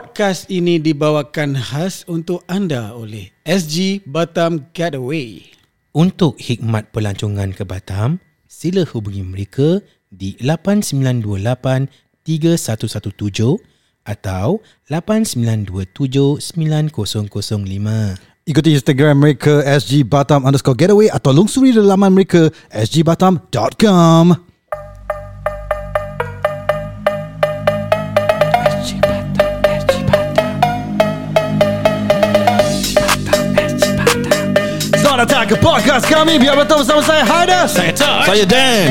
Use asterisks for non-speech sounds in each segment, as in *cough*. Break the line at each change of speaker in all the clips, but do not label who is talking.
Podcast ini dibawakan khas untuk anda oleh SG Batam Getaway.
Untuk hikmat pelancongan ke Batam, sila hubungi mereka di 8928 3117 atau 8927 9005.
Ikuti Instagram mereka SG Batam underscore getaway atau lungsuri laman mereka sgbatam.com. Selamat datang ke podcast kami Biar betul bersama saya Haida Saya Taj Saya Dan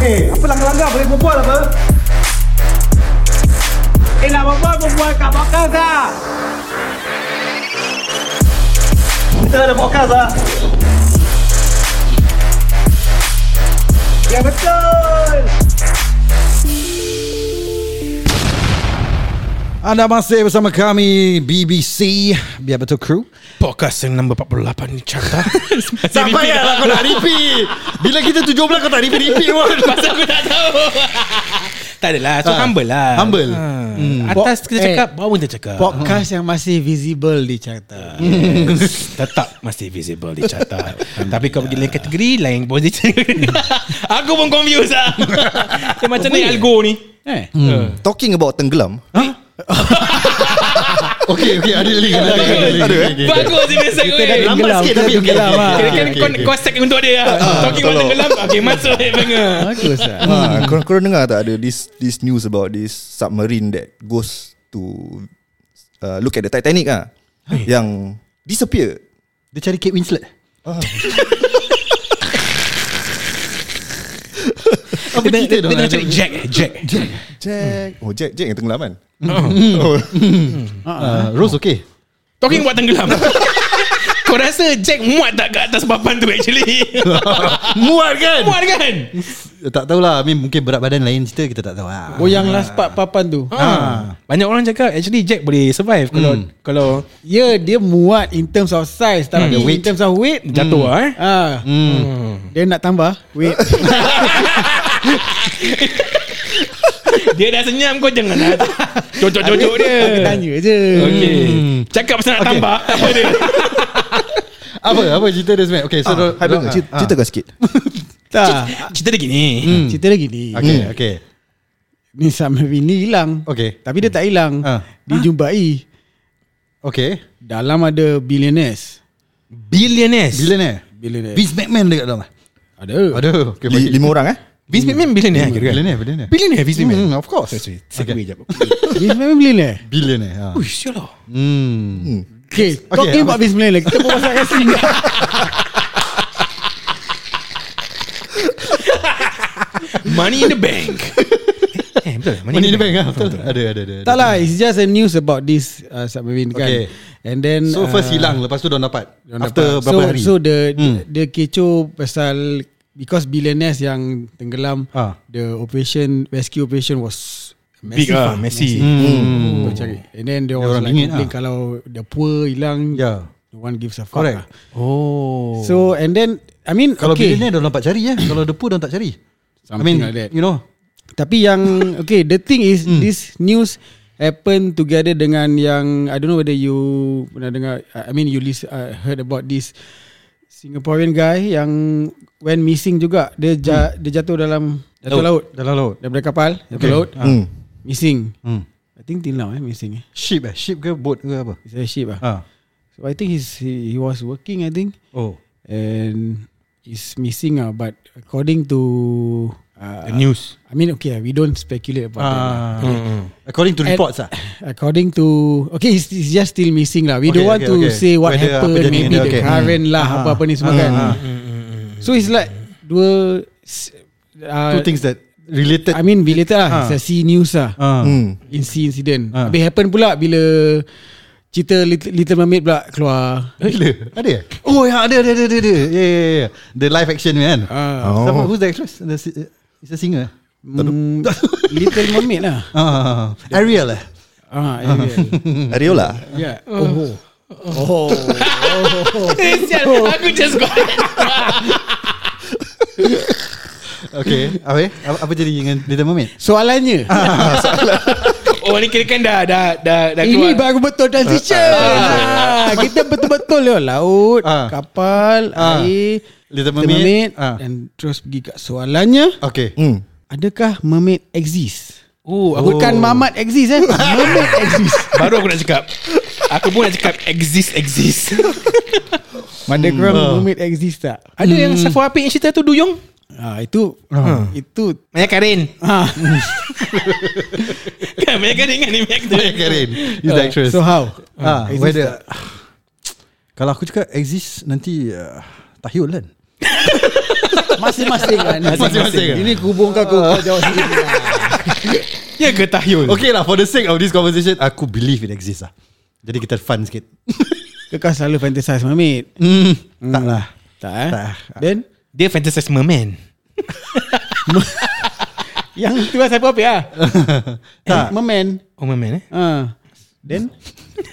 Eh, apa langgar-langgar boleh berbual apa? Eh, nak berbual, berbual kat podcast lah. Kita ada podcast lah. Ya betul.
Anda masih bersama kami BBC Biar betul crew
Podcast yang nombor 48 ni carta.
Tak
lah.
payahlah kau nak repeat Bila kita 17 kau tak repeat-repeat
*laughs*
pun
Pasal aku tak tahu. *laughs* tak adalah. So
Ah,
humble lah.
humble.
Ha.
Hmm.
Atas kita
Eh.
cakap, bawah kita cakap.
Podcast yang masih visible di carta.
Hmm. Tetap masih visible di *laughs* carta Tapi kau pergi lain kategori Lain position *laughs* Aku pun confused lah Dia Macam mana Algo ni
Eh,
Hmm.
Hmm. Talking about tenggelam
Ha? *laughs* Okay okay ada link Ada link,
eh?
ada link.
Bagus dia biasa
dah-
kau eh.
Lambat
Tenggelam,
sikit
kita
tapi okay,
tenggelam, ah.
okay,
Kira-kira
okay,
kau,
okay.
kau set untuk dia lah Talking about
tolong.
tenggelam Okay masuk *laughs* dia banger
bagus lah.
Hmm.
ha, korang, korang dengar tak ada this this news about this submarine that goes to uh, look at the Titanic ah yang disappear.
Dia cari Kate Winslet Apa
Dia-
cerita
Dia
dong
dia nak cari Jack eh, Jack
Jack. Oh Jack Jack yang tenggelam kan?
Ah, Rose okay
Talking about tenggelam *laughs* Kau rasa Jack muat tak kat atas papan tu actually
Muat kan
*laughs* Muat kan
Tak tahulah I mean, Mungkin berat badan lain cerita Kita tak tahu lah
Oh yang last part papan tu.
ha. Hmm. Banyak orang cakap Actually Jack boleh survive Kalau Kalau
Ya, yeah, dia muat in terms of size
Hmm.
tapi in terms of weight
Jatuh lah eh
Ah, hmm. dia nak tambah weight.
Dia dah senyum kau jangan *laughs* lah Cocok-cocok dia
Aku tanya je.
Okay
Hmm.
Cakap pasal nak tambah Apa *laughs* dia
Apa apa cerita dia sebenarnya Okay so
Ah,
ah,
Haidar, cerita, cerita kau sikit.
Tak. Hmm.
Cerita dia gini
Cerita lagi ni.
Okay okay
Ni submarine ni hilang.
Okay.
Tapi dia tak hilang.
Ha.
Ah.
Dijumpai
Okay
dalam ada billionaires.
Billionaires
Billionaire
Billionaires.
Vince McMahon dekat dalam eh?
ada.
Aduh okay,
Li, lima orang eh?
Vince McMahon billionaire kira kan
Billionaire Billionaire
Billionaire Vince McMahon
Hmm, Of course
Segway jap
Vince memang billionaire.
Billionaire ah.
Ui sial lah
Hmm.
Okay, talking
apa-
about Vince McMahon. Kita pun pasal kasih.
*laughs*
Money in the *laughs* bank Eh betul lah,
Money in the bank ah. Betul. Ada ada ada.
Tak lah, it's just a news about this uh, submarine kan.
Okay.
And then
So first
uh,
hilang lepas tu dah dapat.
Diorang
After
dapat.
berapa
so,
hari?
So the hmm.
Hmm.
the kecoh pasal because billionaires yang tenggelam
Ah.
the operation rescue operation was
Big
massive
ah, massive.
Hmm. Kau cari. And then there was
Diorang
like
bingit
complain
ah.
kalau the poor hilang
Yeah.
no one gives a fuck. lah.
Correct.
Oh
So and then I mean
Kalau
okay.
okay. billionaire dah dapat cari ya. Kalau depu dah tak cari. I
Something
mean,
like that.
you know.
Tapi *laughs* yang okay the thing is hmm. this news happen together dengan yang I don't know whether you pernah dengar I mean you list, uh, heard about this Singaporean guy yang went missing juga dia ja, hmm. dia jatuh dalam jatuh laut, laut.
Dalam laut.
daripada kapal jatuh
Okay.
laut
Hmm.
missing
Hmm.
I think till now eh missing eh
Ship eh, ship ke boat ke apa?
it's a ship ah.
Ah.
so I think he's he, he was working I think
Oh.
and is missing ah but according to uh,
The news
I mean okay we don't speculate about that lah.
Ah. According to
And-
reports ah.
*laughs* According to Okay it's, it's just still missing lah We okay, don't want okay, to okay. say What Whether
Whether apa
happened
jadi
Maybe
dia,
okay. the
okay. Ah. Mm,
current lah Apa-apa ni semua kan So it's like Dua s- uh,
Two things that related.
I mean related
Ah.
lah It's a C news lah
ah.
Hmm.
In C incident
Ah.
Habis happen pula Bila Cerita Little, Little Mermaid pula Keluar
Gila. Ada ya? Oh ya, ada ada ada ada. ada. Ya ya ya. The live action man.
uh,
Oh. Siapa who's the actress? The si- is a singer. *laughs*
mm, Little Mermaid lah
Ah, Ariel eh.
Ah, Ariel.
Hmm.
Ariola.
yeah. Oh.
*laughs* Sial, Aku just got
*laughs* Okay Apa, apa, apa jadi dengan Little Mermaid?
Soalannya.
*laughs* Oh ni kira kan dah Dah Dah, dah
Ini baru betul transition. Ah, *laughs* kita betul-betul ya laut,
Ah.
kapal,
Ah.
air,
Little
Little
Mermaid.
mermaid
Ah.
dan terus pergi kat soalannya.
Okay
Hmm.
Adakah mermaid exist?
Oh, aku
Bukan mamat exist
*laughs*
eh. mermaid exist.
Baru aku nak cakap Aku pun nak cakap Exist *laughs* Exist
Mana korang
Oh. Ah.
mermaid exist tak? Hmm.
Ada yang Safwa Apik yang cerita tu Duyung
Ah itu itu
Maya Karin
ah.
*laughs* Kan Maya Karin kan ni Maya Karin
Karin Is the actress
Oh. So how?
Ah,
Exist tak?
whether Kalau aku cakap exist Nanti uh, Tahyul kan
Masing-masing
*laughs*
kan
Masing-masing kan?
Ini kubung kau Kau kau jawab sendiri lah.
Ya ke Tahyul
Okay lah for the sake of this conversation Aku believe it exists lah Jadi kita fun sikit
Kau selalu fantasize mermaid
mm, Tak lah
Tak eh
Tak.
Then
Dia fantasize merman
Yang tu lah siapa apa lah
*laughs*
Eh,
Tak.
Merman
Oh merman eh
Ah. Then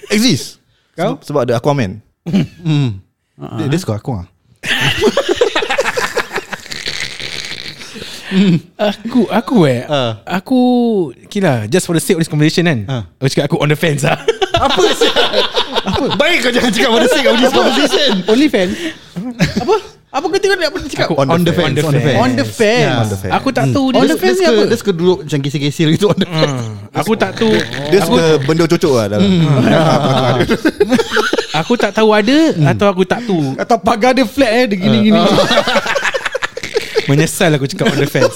Exist.
Kau?
Sebab ada Aquaman.
mm. Dia, dia suka aku lah
Aku Aku eh
Ah.
Aku Kira Just for the sake of this conversation kan
Ah.
Aku cakap aku on the fence lah
Apa sih? Apa? Baik kau *laughs* jangan cakap for the sake of this conversation
Only fan Apa? Apa kau tengok nak pernah cakap?
Aku Ya.
On the fence, on the fence.
On the fence
Yeah.
yeah.
On the fence.
Aku tak tahu
On
dia
the
Dia
fence ni
suka-
apa?
Dia suka duduk macam kisir-kisir gitu on the fence
Aku tak tahu
Dia suka benda cocok lah dalam.
Hmm.
Aku tak tahu ada Hmm. Atau aku tak tahu
Atau pagar dia flat eh Dia gini-gini
Menyesal aku cakap on the *laughs* fence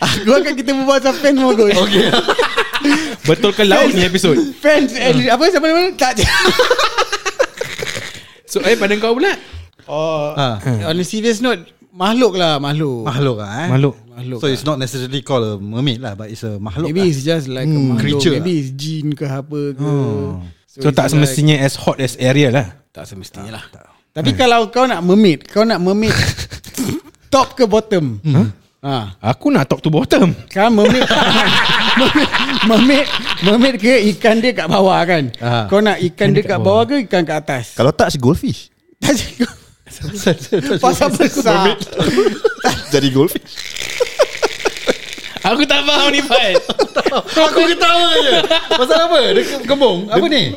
Aku akan kita berbual pasal fan semua kot *laughs* Okay
Betul ke laut ni Hmm. episod
Fans and Apa siapa nama Tak
So eh pada kau pula
Ah,
On a serious note Makhluk lah makhluk
Makhluk lah eh
Makhluk.
Makhluk ah.
So it's not necessarily called a mermaid lah But it's a makhluk
Maybe
lah
it's just like a makhluk.
creature
Maybe it's jin ke apa ke it's
So, tak
like-
semestinya as hot as Ariel lah
Hmm. Tak semestinya lah Tapi kalau kau nak mermaid Kau nak
*laughs*
mermaid Top ke bottom
Hmm.
ha.
Aku nak top to bottom
Kan mermaid Mermaid Mermaid ke ikan dia kat bawah kan
Ah.
Kau nak ikan dia kat bawah ke Ikan kat atas
Kalau touch goldfish.
Tak cukup Pasal besar
Jadi goldfish.
Aku tak faham ni Fad
Aku ketawa je Pasal apa? Dia ke- kembung? Apa ni?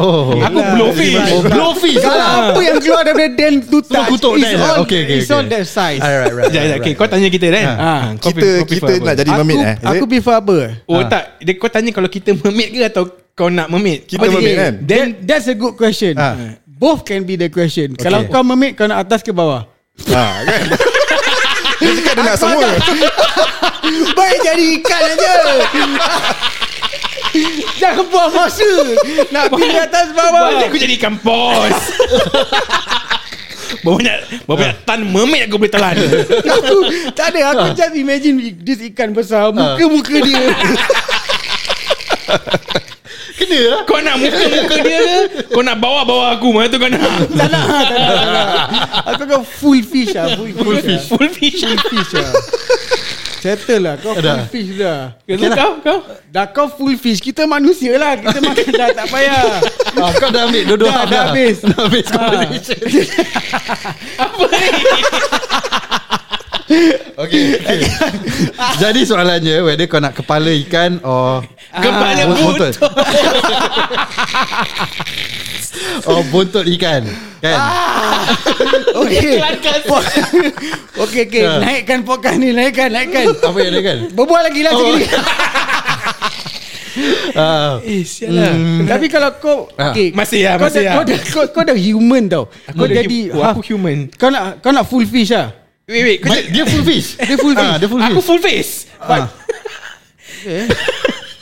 Oh
Aku blowfish
Oh, blowfish
Kalau
lah
apa yang keluar daripada den tu
Semua
touch
kutuk
It's
Dan lah.
all,
Okay, okay,
it's all
okay.
that
*laughs*
size Ah.
Alright, Ah, right, right,
Sekejap, sekejap. Okay, kau tanya kita kan?
Ha.
Ha, kau prefer-
Kita
kau prefer
kita
apa?
nak jadi mermaid eh.
Aku, aku prefer apa
Oh tak, dia, kau tanya kalau kita mermaid ke atau kau nak mermaid?
Kita mermaid kan?
Then That's a good question
Ah.
Both can be the question Kalau kau mermaid Kau nak atas ke bawah
Ha kan. Dia cakap dia nak semua.
Baik jadi ikan aja *laughs* Jangan buang masa Nak pilih atas bawah
Balik aku jadi ikan pos. *laughs* Berapa banyak, berapa banyak tan mermaid aku boleh telan?
Aku tak ada Aku just imagine This ikan besar Muka-muka *laughs* dia
Kena lah
kau nak muka-muka dia ke? Kau nak bawa-bawa aku? Mana tu kau nak?
Tak nak tak nak, tak nak. Aku kau full fish lah Full, full fish
Full fish.
Full fish lah Settle lah Kau full
Dah.
fish dah lah.
Kau kau, kau?
Dah kau full fish Kita manusia lah Kita makan dah tak *laughs* payah
Ah, Kau dah ambil dua-dua
Dah,
half
dah habis. Ah.
Dah habis
*laughs*
conversation
Apa ni?
*laughs* Okay, okay.
*laughs*
Jadi soalannya Whether kau nak kepala ikan Or
Kepala
Ah,
buntut.
Or Oh, buntut ikan Kan
Okay
Kelakar.
*laughs* Okay okay
Ah.
Naikkan podcast ni Naikkan naikkan
Apa yang dia kan
Berbual lagi lah oh.
Oh. Ah,
Eh, sial lah.
Tapi kalau kau
Ah.
okay,
Masih lah,
kau dah,
masih lah.
kau, dah,
*laughs*
kau, kau dah human tau Kau
dah
jadi
hu- aku human.
Kau nak kau nak full fish lah
Wait, wait. Kau
But Dia full fish
Dia full fish.
Ah, Dia full
Aku
fish
full face.
Ah.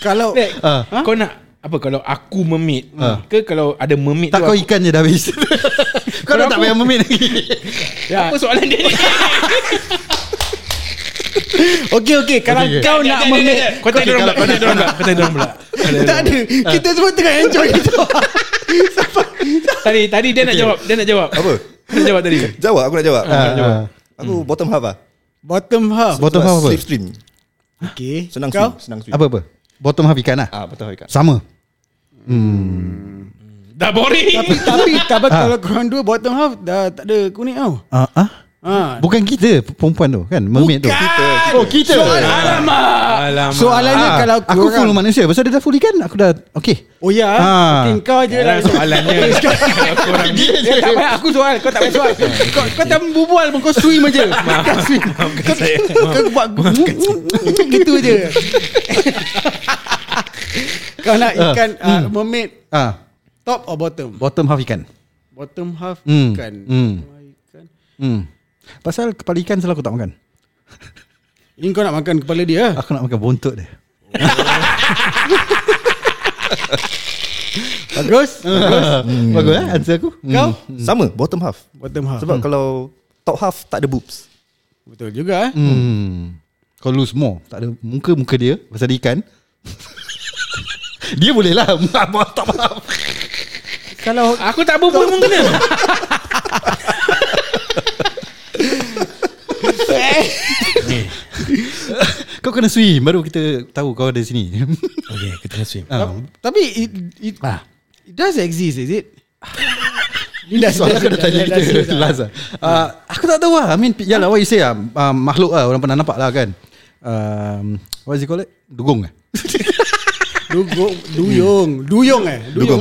Kalau
Dek,
Ah.
ha? kau nak apa kalau aku mermaid
Ah.
ke kalau ada mermaid
Tak
tu
kau
aku,
ikan je dah *laughs* habis Kau dah
Kalau
tak
aku-
payah memin lagi
ya.
apa soalan dia ni?
Okay okay Kalau
Okay, okay.
kau nak
mermaid.
mermaid
Kau tanya orang pula, kau tanya orang pula, kau tanya orang pula.
Tak ada Kita semua tengah enjoy itu
*laughs* Tadi tadi dia nak jawab, dia nak jawab.
Apa?
Dia nak jawab tadi.
Jawab aku nak jawab.
Ah, ah.
Aku bottom half lah
Bottom half
Bottom half apa?
Slip stream
Okay
Senang
Kau
swim Senang swim
Apa-apa Bottom half ikan lah
Ah betul Haikal.
Sama
Dah boring.
Tapi Eh,
*laughs*
tapi tapi
Ah.
kalau korang dua bottom half dah tak ada kuning tau.
Ah, ah?
Ha.
Bukan kita Perempuan tu kan Mermaid tu
Kita, kita.
Oh kita
Alamak.
Soalannya
Ah,
kalau
Aku
korang-
full manusia Pasal dia dah full ikan Aku dah Okay
Oh ya
Ha.
ah. Okay, kau je lah
soalannya. Korang
Ya, tak payah aku soal Kau tak payah soal
*laughs* Eh,
Kau, kau tak berbual pun Kau swim je Kau swim Kau, kau buat *laughs* Gitu
*laughs*
je Kau nak
Ah.
ikan uh, Mermaid
Ah,
Top or bottom
Bottom half ikan
Bottom half
Hmm.
ikan
Hmm.
Ikan.
hmm. Pasal kepala ikan selalu aku tak makan
Ini kau nak makan kepala dia eh?
Aku nak makan bontot dia
Bagus
*laughs*
Bagus
Bagus eh answer aku
Kau
Sama bottom half.
Bottom half
Sebab kalau top half tak ada boobs.
Betul juga eh
Hmm. Kau lose more Tak ada muka-muka dia Pasal dia ikan Dia boleh lah *laughs* Tak faham
Kalau
Aku tak berbual pun kena.
Kau kena swim Baru kita tahu kau ada sini
Okay, kita kena swim.
*laughs* Ah.
Tapi it, it,
Ah.
it does exist is it Ni
Dah soalan kau dah tanya
dah- dah-
kita
dah-
last lah uh, Aku tak tahu lah I mean Ya lah what you say lah uh, Makhluk lah Orang pernah nampak lah kan um, What is it called it? Dugong lah
Dugong Duyung Duyung eh Duyung,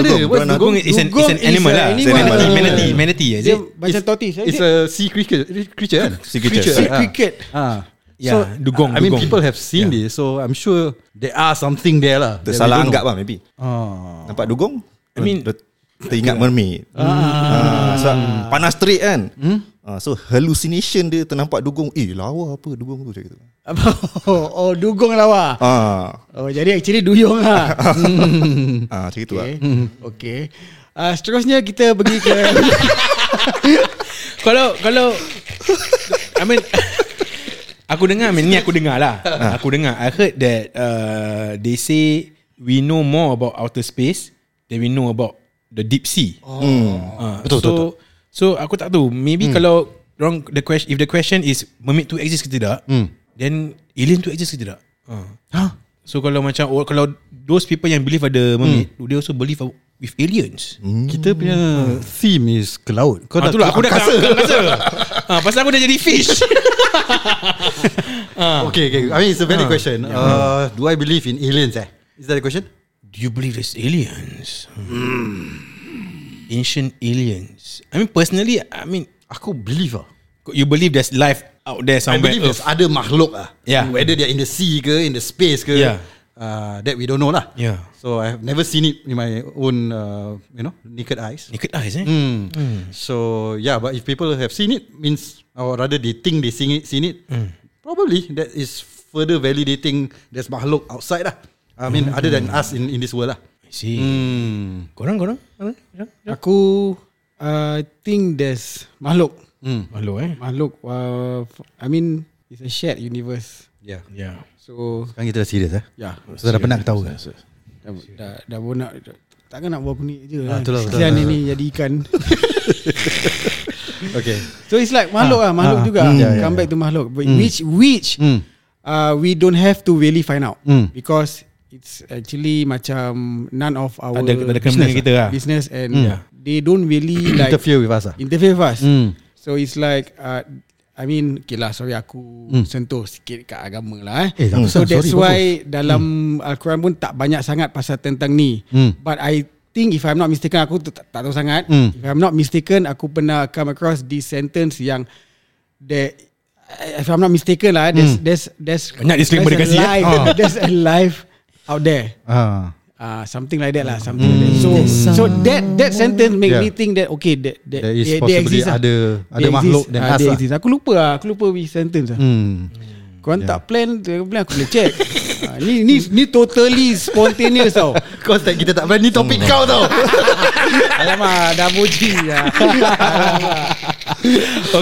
lah.
Ah, Dugong ada
Dugong.
What's
Dugong
dugong?
It's an, it's an
Dugong is
animal
a
lah. It's an
animal.
animal. Humanity, humanity. Is
Dia
it?
macam tortoise eh, is
It's
it?
a sea creature Creature *laughs* kan
Sea creature.
Sea
ah.
cricket.
Ah.
Yeah, dugong,
I mean
dugong.
people have seen this So I'm sure There are something there lah that we
Tersalah
don't
anggap
know.
lah maybe.
Ah.
Nampak dugong?
I mean-
Ter- teringat mermaid. Ah. sebab
Hmm.
panas terik kan. Ah, so hallucination dia ternampak dugong. Eh lawa apa dugong tu macam gitu.
Apa? *laughs* Oh, oh dugong lawa.
Ah,
Oh, jadi actually duyung lah.
ah macam gitu
okay.
lah.
okay. Uh, seterusnya kita pergi ke
Kalau kalau I mean aku dengar I mean, ni aku dengar lah. Aku dengar I heard that uh, they say we know more about outer space than we know about the deep sea. Oh. Uh, betul, so, betul betul. So aku tak tahu maybe hmm. kalau wrong the question if the question is mermaid tu exist ke tidak hmm. then alien tu exist ke tidak? Uh.
Huh?
So kalau macam or, kalau those people yang believe ada mermaid hmm. they also believe with aliens.
Kita punya theme is ke laut. Kau
Hmm. Ah,
dah
itulah, aku dah
angkasa.
kasa. kasa. ah, pasal aku dah jadi *laughs* fish.
*laughs* Okay, okay. I mean, it's a valid
Ah.
question. Uh, do I believe in aliens? Eh, is that a question?
Do you believe there's aliens? Hmm. Ancient aliens. I mean, personally, I mean,
Aku believe lah.
you believe there's life out there
I
somewhere.
believe there's other makhluk lah.
Yeah.
Whether they're in the sea ke, in the space ke,
Yeah.
uh, that we don't know lah.
Yeah.
So I have never seen it in my own, uh, you know, naked eyes.
Naked eyes, eh?
Hmm. So yeah, but if people have seen it, means or rather they think they seen it, seen it, probably that is further validating there's makhluk outside lah. I mean, other than us in in this world lah.
I see. Hmm. Korang, korang? Korang?
aku uh, think there's makhluk.
Hmm.
Hello, eh?
Makhluk uh, I mean it's a shared universe.
Yeah.
Yeah.
So
Sekarang kita dah serius eh.
yeah.
So dah penat tahu ke?
Dah dah, dah pun nak takkan nak buat apa ni je
Ah,
lah.
tu lah, betul.
Kesian ini jadi ikan.
Okay.
So it's like makhluk ah, makhluk
Ah,
juga.
mm. Yeah, yeah,
Come back to makhluk. But which which
Mm.
uh, we don't have to really find out
Mm.
because it's actually macam none of our
Ada- ada kena dengan kita lah.
business and
Mm. Yeah.
they don't really like interfere,
Interfere with us ah.
interfere with us.
Mm.
So it's like uh, I mean okay lah sorry aku sentuh sikit kat agama lah eh.
Hmm. Eh, tak
so
pasal,
that's
sorry, Hmm.
why dalam Al-Quran pun tak banyak sangat pasal tentang ni.
Mm.
But I think if I'm not mistaken aku tu tak, tak tahu sangat.
Mm.
If I'm not mistaken aku pernah come across this sentence yang there if I'm not mistaken lah eh, there's
Hmm.
there's there's
Banyak disclaimer
there's a
dia kasi, eh.
life,
Ah.
*laughs* there's a life out there.
Ah.
Uh, something like that lah something like that. so so that that sentence make
Hmm.
me
Yeah.
think that okay that that
There is
they, they
possibly
exist lah.
ada ada
They
makhluk
exist,
dan
ah,
us
they
lah.
exist. aku lupa lah aku lupa which sentence lah
Hmm.
korang tak plan dia plan aku boleh check Ah, ni ni ni totally spontaneous tau
Kau tak kita tak berani topik kau *laughs* tau.
alamak dah boji lah
*laughs*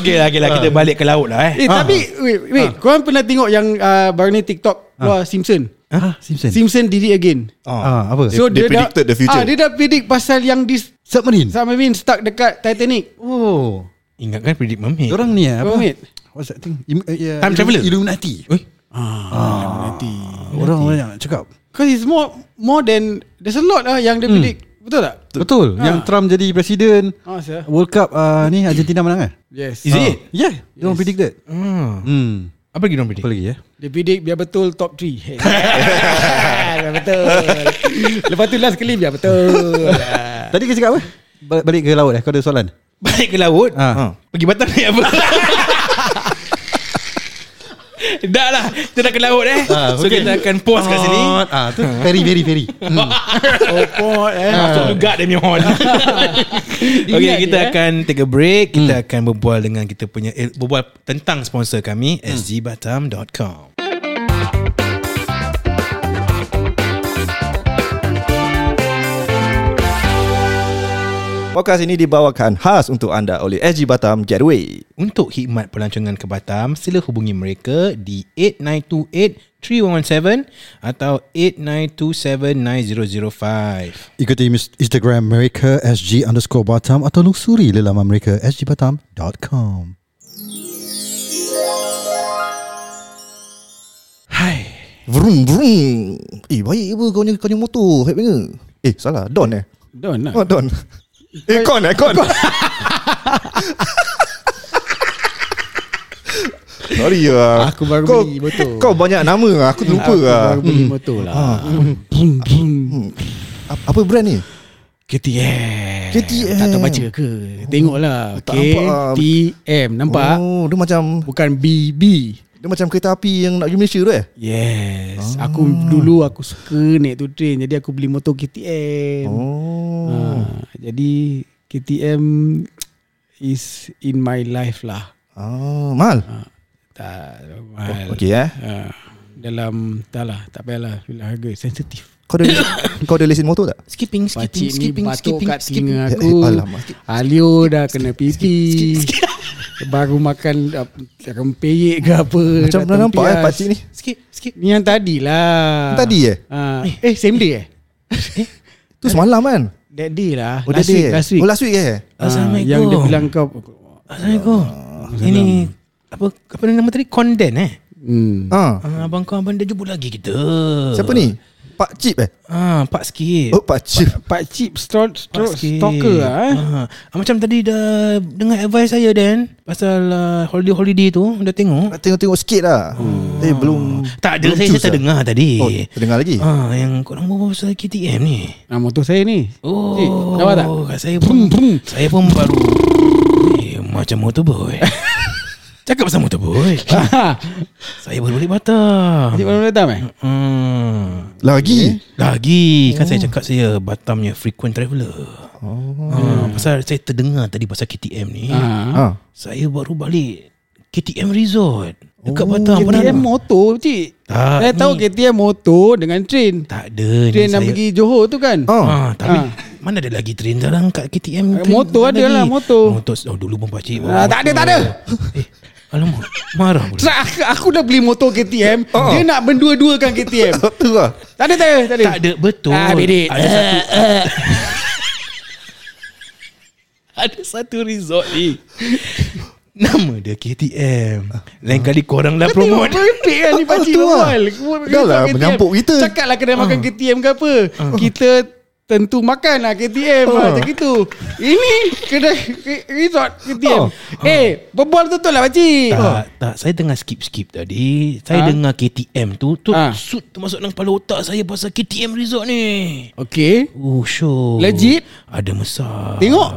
Okay lah, okay lah. Kita balik ke laut lah, eh.
Ah.
eh tapi wait wait korang pernah tengok yang uh, baru ni TikTok keluar Simpson
Ha?
Ah, Simpson.
Simpson did it again
Ah, apa?
They- they predicted the
ah,
future.
dia dah predict pasal yang di
Submarine.
submarine stuck dekat Titanic
Oh.
Ingatkan predict mermaid.
Orang ni eh, apa?
Mermaid.
What's that thing? Im- uh, yeah,
Time
Illu-
traveller.
Illuminati.
Eh?
Ah, nanti.
Orang banyak cakap.
Because it's more more than there's a lot lah
Hmm.
yang dia predict. Betul tak?
Betul. Yang Trump jadi presiden,
Ah, sir.
World Cup ah, ni Argentina menang kan?
Yes.
Is it?
Yeah, yes. don't predict that.
Hmm.
Hmm.
Apa lagi orang
Apa
predict?
lagi ya?
Dia predict biar betul top 3. biar betul. Lepas tu last kali biar betul. Ah.
Tadi kau cakap apa? Balik, balik ke laut eh Kau ada soalan
Balik ke laut.
ha.
Ha.
Pergi Batam naik apa? *laughs* Dah lah Kita dah ke laut eh
Ah,
So
okay.
kita akan pause kat sini
Ah, tu Ferry Ferry Ferry Ah. hmm.
oh, pot eh.
Masuk juga dia punya horn Okay
Ingat
kita
dia, eh.
akan Take a break
Hmm.
Kita akan berbual dengan Kita punya eh, Berbual tentang sponsor kami
Hmm.
sgbatam.com
ah. Podcast ini dibawakan khas untuk anda oleh SG Batam Getaway.
Untuk khidmat pelancongan ke Batam, sila hubungi mereka di 8928-3117 atau 8927-9005.
Ikuti mis- Instagram mereka SG underscore Batam Atau lusuri lelaman mereka sgbatam.com
Vroom vroom. Eh baik apa kau ni kau ni motor hebat benda. Eh salah Don eh.
Don lah.
Oh Don. Eh Con eh Con. *laughs* Sorry lah
Aku baru
kau,
beli motor.
Kau banyak nama Aku terlupa
Aku baru
lah Ah. Hmm.
beli motor lah. Brum, brum.
Ap- Apa brand ni?
KTM.
KTM.
Tak terbaca ke? Tengoklah.
Tak nampak lah.
KTM. Nampak?
Oh dia macam
Bukan BB.
Dia macam kereta api Yang nak pergi Malaysia tu eh
Yes. Aku
Ah.
dulu aku suka naik tu train. Jadi aku beli motor KTM.
Oh
Ha, jadi KTM is in my life lah.
Ah, Mahal
Tak mahal.
Okay eh
Ha, dalam tak lah, tak payahlah bila harga sensitif.
Kau ada *coughs* Kau ada lesen motor tak?
Skipping, skipping,
Pakcik ni
skipping,
batuk
skipping,
kat
skipping.
telinga aku.
skipping. Eh, eh, alamak.
Alio dah kena pipi. Baru makan uh, rempeyek ke apa.
Macam
dah
dah nampak eh
tempias.
Pakcik ni
Skip, skip.
Ni yang tadi lah.
Yang tadi eh?
Ha, eh, same day eh?
Tu semalam kan
That day lah.
Oh
last
tadi
week,
eh?
last week.
Oh last week eh
Ah, yang dia bilang Ah, kau
Assalamualaikum. Ini apa apa nama tadi? Conden eh.
hmm.
Ah,
Ah, abang kau abang dia jumpa lagi kita.
Siapa ni? Pak Cip eh?
Ah, Pak Skip.
Oh Pak Cip
Pak Cip stalk,
Pak
stalk,
Skip.
stalker lah eh.
Ah, ah, macam tadi dah dengar advice saya Dan pasal ah, holiday-holiday tu dah tengok.
Nak tengok-tengok sikit lah hmm. Eh belum
Tak ada
belum
saya,
choose
saya tak
lah.
dengar tadi.
Oh terdengar lagi
Ah, yang korang bawa pasal KTM ni.
Nah, Ah, motor saya ni.
Ah. Oh,
Cik, nampak tak?
kat saya pun saya pun baru eh, macam motorboy. *laughs* Cakap pasal motorboy.
Ah.
saya baru balik
*laughs* Cik
Batam.
baru datang eh?
Hmm.
Lagi
Lagi kan
Oh.
saya cakap saya Batamnya frequent traveller. Oh. Ha, pasal saya terdengar tadi pasal KTM ni.
Ha.
Ah,
Saya baru balik KTM Resort dekat oh, Batam
KTM
pernah.
motor cik.
Tak,
Saya tahu
ni-
KTM motor dengan train.
Tak ada ni
Train nak
saya-
pergi Johor tu kan?
Oh.
Ah, tapi
Ah.
mana ada lagi train sekarang kat KTM?
Eh,
train
motor
mana
ada lah, motor.
Motor oh, dulu pun pakcik.
Ah,
bawa
tak ada,
motor.
tak ada.
Eh, alamak, marah pula.
Tra- aku, aku dah beli motor KTM,
Oh.
dia nak berdua-duakan KTM.
Tu lah
tak ada, tak ada, tak ada.
Tak ada, betul.
Ah, bedek.
Ada satu. ada satu resort ni. Nama dia KTM.
Ah.
Lain kali korang lah
Tengok
promote.
berdik kan ni
Ah,
pakcik
tu lah.
berbual.
Dah lah,
KTM.
menyampuk kita. Ah.
Cakap lah kena makan KTM ke apa. Kita tentu makan lah KTM lah,
Ah.
macam itu. Ini kedai ke- resort KTM.
Ah.
Eh, berbual betul lah pakcik.
Tak, tak. Saya tengah skip-skip tadi. Saya
Ah.
dengar KTM tu. Tu
Ah.
suit termasuk dalam kepala otak saya pasal KTM Resort ni.
Okey.
Oh, sure.
Legit?
Ada mesaj.
Tengok.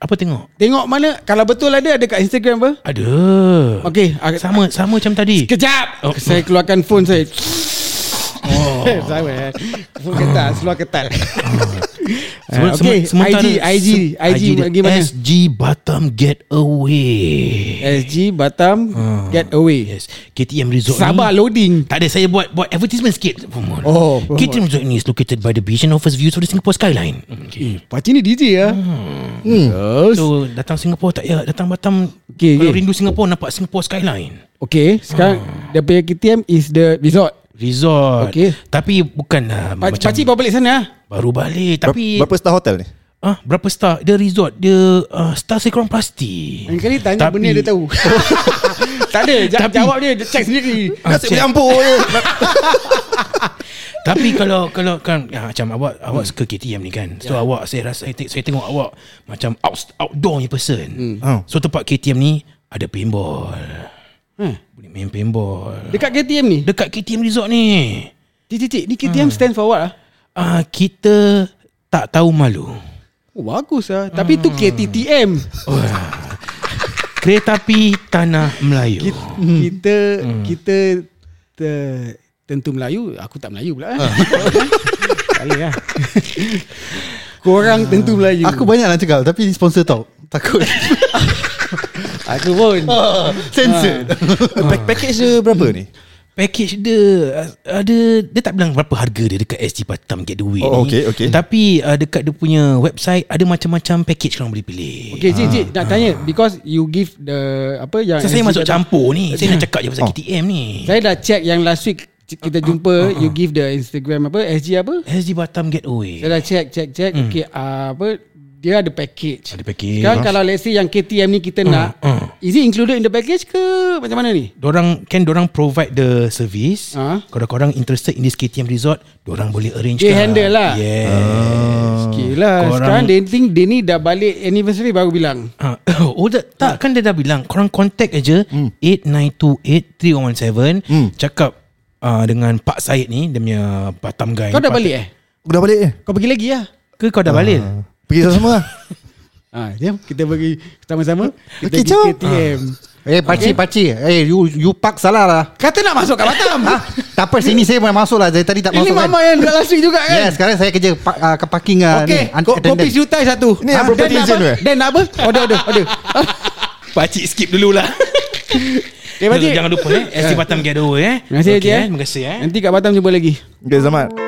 Apa tengok?
Tengok mana kalau betul ada ada kat Instagram apa?
Ada.
Okey, ag-
Sama sama macam tadi.
Kejap.
Oh.
Oh. Saya keluarkan phone saya. Oh. *laughs* Sama eh. Phone ketat, seluar ketat.
Ah.
Semen-
*laughs* Ah, okey,
semen- sementara-
IG, IG,
se-
IG
dia
lagi mana?
SG Batam Getaway.
SG Eh, Batam
Ah.
Get Away.
Yes. KTM Resort
Sabah
ni.
loading.
Tak ada saya buat buat advertisement sikit. Pemohon.
Oh, pemohon.
KTM Resort ini is located by the beach and offers views of the Singapore skyline. Okay.
Pakcik ni DJ lah. Hmm. Terus.
So datang Singapura tak ya, datang Batam.
Okey,
kalau
okey.
rindu Singapura nampak Singapore skyline.
Okay, sekarang
Hmm.
dia punya KTM is the resort.
Resort.
Okey.
Tapi bukan uh,
Pak,
macam
pakcik bawa balik sana lah.
baru balik
Ber-
tapi
Berapa star hotel ni?
ah berapa star dia resort dia uh, star saya kurang pasti.
Yang kali tanya benda dia
*laughs*
tahu Tak ada ja-
Tapi-
Jawab dia Dia check sendiri
Ah,
Nasib
check.
campur je.
Tapi kalau kalau kan ah, macam awak awak suka KTM ni kan. So awak saya rasa saya, te- saya tengok awak macam out, outdoor ni person. Ha.
Ah.
So tempat KTM ni ada paintball. Boleh main paintball.
Dekat KTM ni
Dekat KTM Resort ni.
Titik-titik Ni KTM
Hmm.
stand for what lah
Ah kita tak tahu malu.
Oh bagus lah Tapi
Hmm.
tu KTTM
Kereta api tanah Melayu.
Kita
Hmm.
Kita ter- Tentu Melayu Aku tak Melayu pula eh.
Ah.
*laughs* Tak boleh lah Korang tentu Melayu
Aku banyak nak cakap Tapi sponsor tau Takut
*laughs*
Aku Ah,
*laughs*
pun
Ah.
Sensor
Ah, Pack- Package dia berapa ni?
Package dia uh, ada dia tak bilang berapa harga dia dekat SG Batam Getaway
Oh,
ni.
okey, okey.
Tapi uh, dekat dia punya website ada macam-macam package korang boleh pilih.
Okay cik cik Nak tanya Because you give the Apa yang
So, saya
yang
masuk
cik-
campur ni. Saya nak cakap je pasal
Oh.
KTM ni.
Saya dah check yang last week c- kita
Ah,
jumpa you give the Instagram apa SG apa?
SG Batam Getaway.
Saya dah check check check okay uh, apa dia ada package.
Hmm. Ada package. Hmm,
Sekarang kalau let's say yang KTM ni kita nak is it included in the package ke macam mana ni?
Dorang kan dorang provide the service.
Ah.
Kalau korang interested in this KTM resort, dorang boleh arrange
Dia handle lah.
Yeah.
Okay lah
Ah, Korang-
Sekarang dia think Dia ni dah balik anniversary Baru bilang
Ah, *coughs* oh tak, tak kan dia dah bilang korang contact aja
Hmm.
mm. 8928-3117 mm. cakap uh, dengan Pak Syed ni dia punya Batam
Kau
guy ni,
dah
Pak-
balik eh? Ah.
Aku dah balik je.
Kau pergi lagi lah
ke kau dah balik
Pergi sama-sama lah.
ha, Jom kita pergi Sama-sama Kita
Okay,
pergi
jom.
KTM
Eh pakcik pakcik Eh you, you park salah lah
Kata nak masuk kat Batam
ha? Tak apa sini saya pun masuk lah Dari tadi tak
Ini
masuk kan
mama yang dah last week juga
Ya yeah,
kan
sekarang saya kerja pa- ah, ke parking ah,
Okay ko-
ni,
Kopi
attendant.
siutai satu
Ini yang
Ah, Dan
property
nak apa?
agent tu eh?
Dan nak apa Order order
*laughs*
order
Pakcik skip dulu lah *laughs*
Okay pakcik
Jangan lupa eh SC Batam Getaway eh
Terima kasih
Okey,
okay,
Terima kasih eh
Nanti kat Batam jumpa lagi
Okay, Zamat.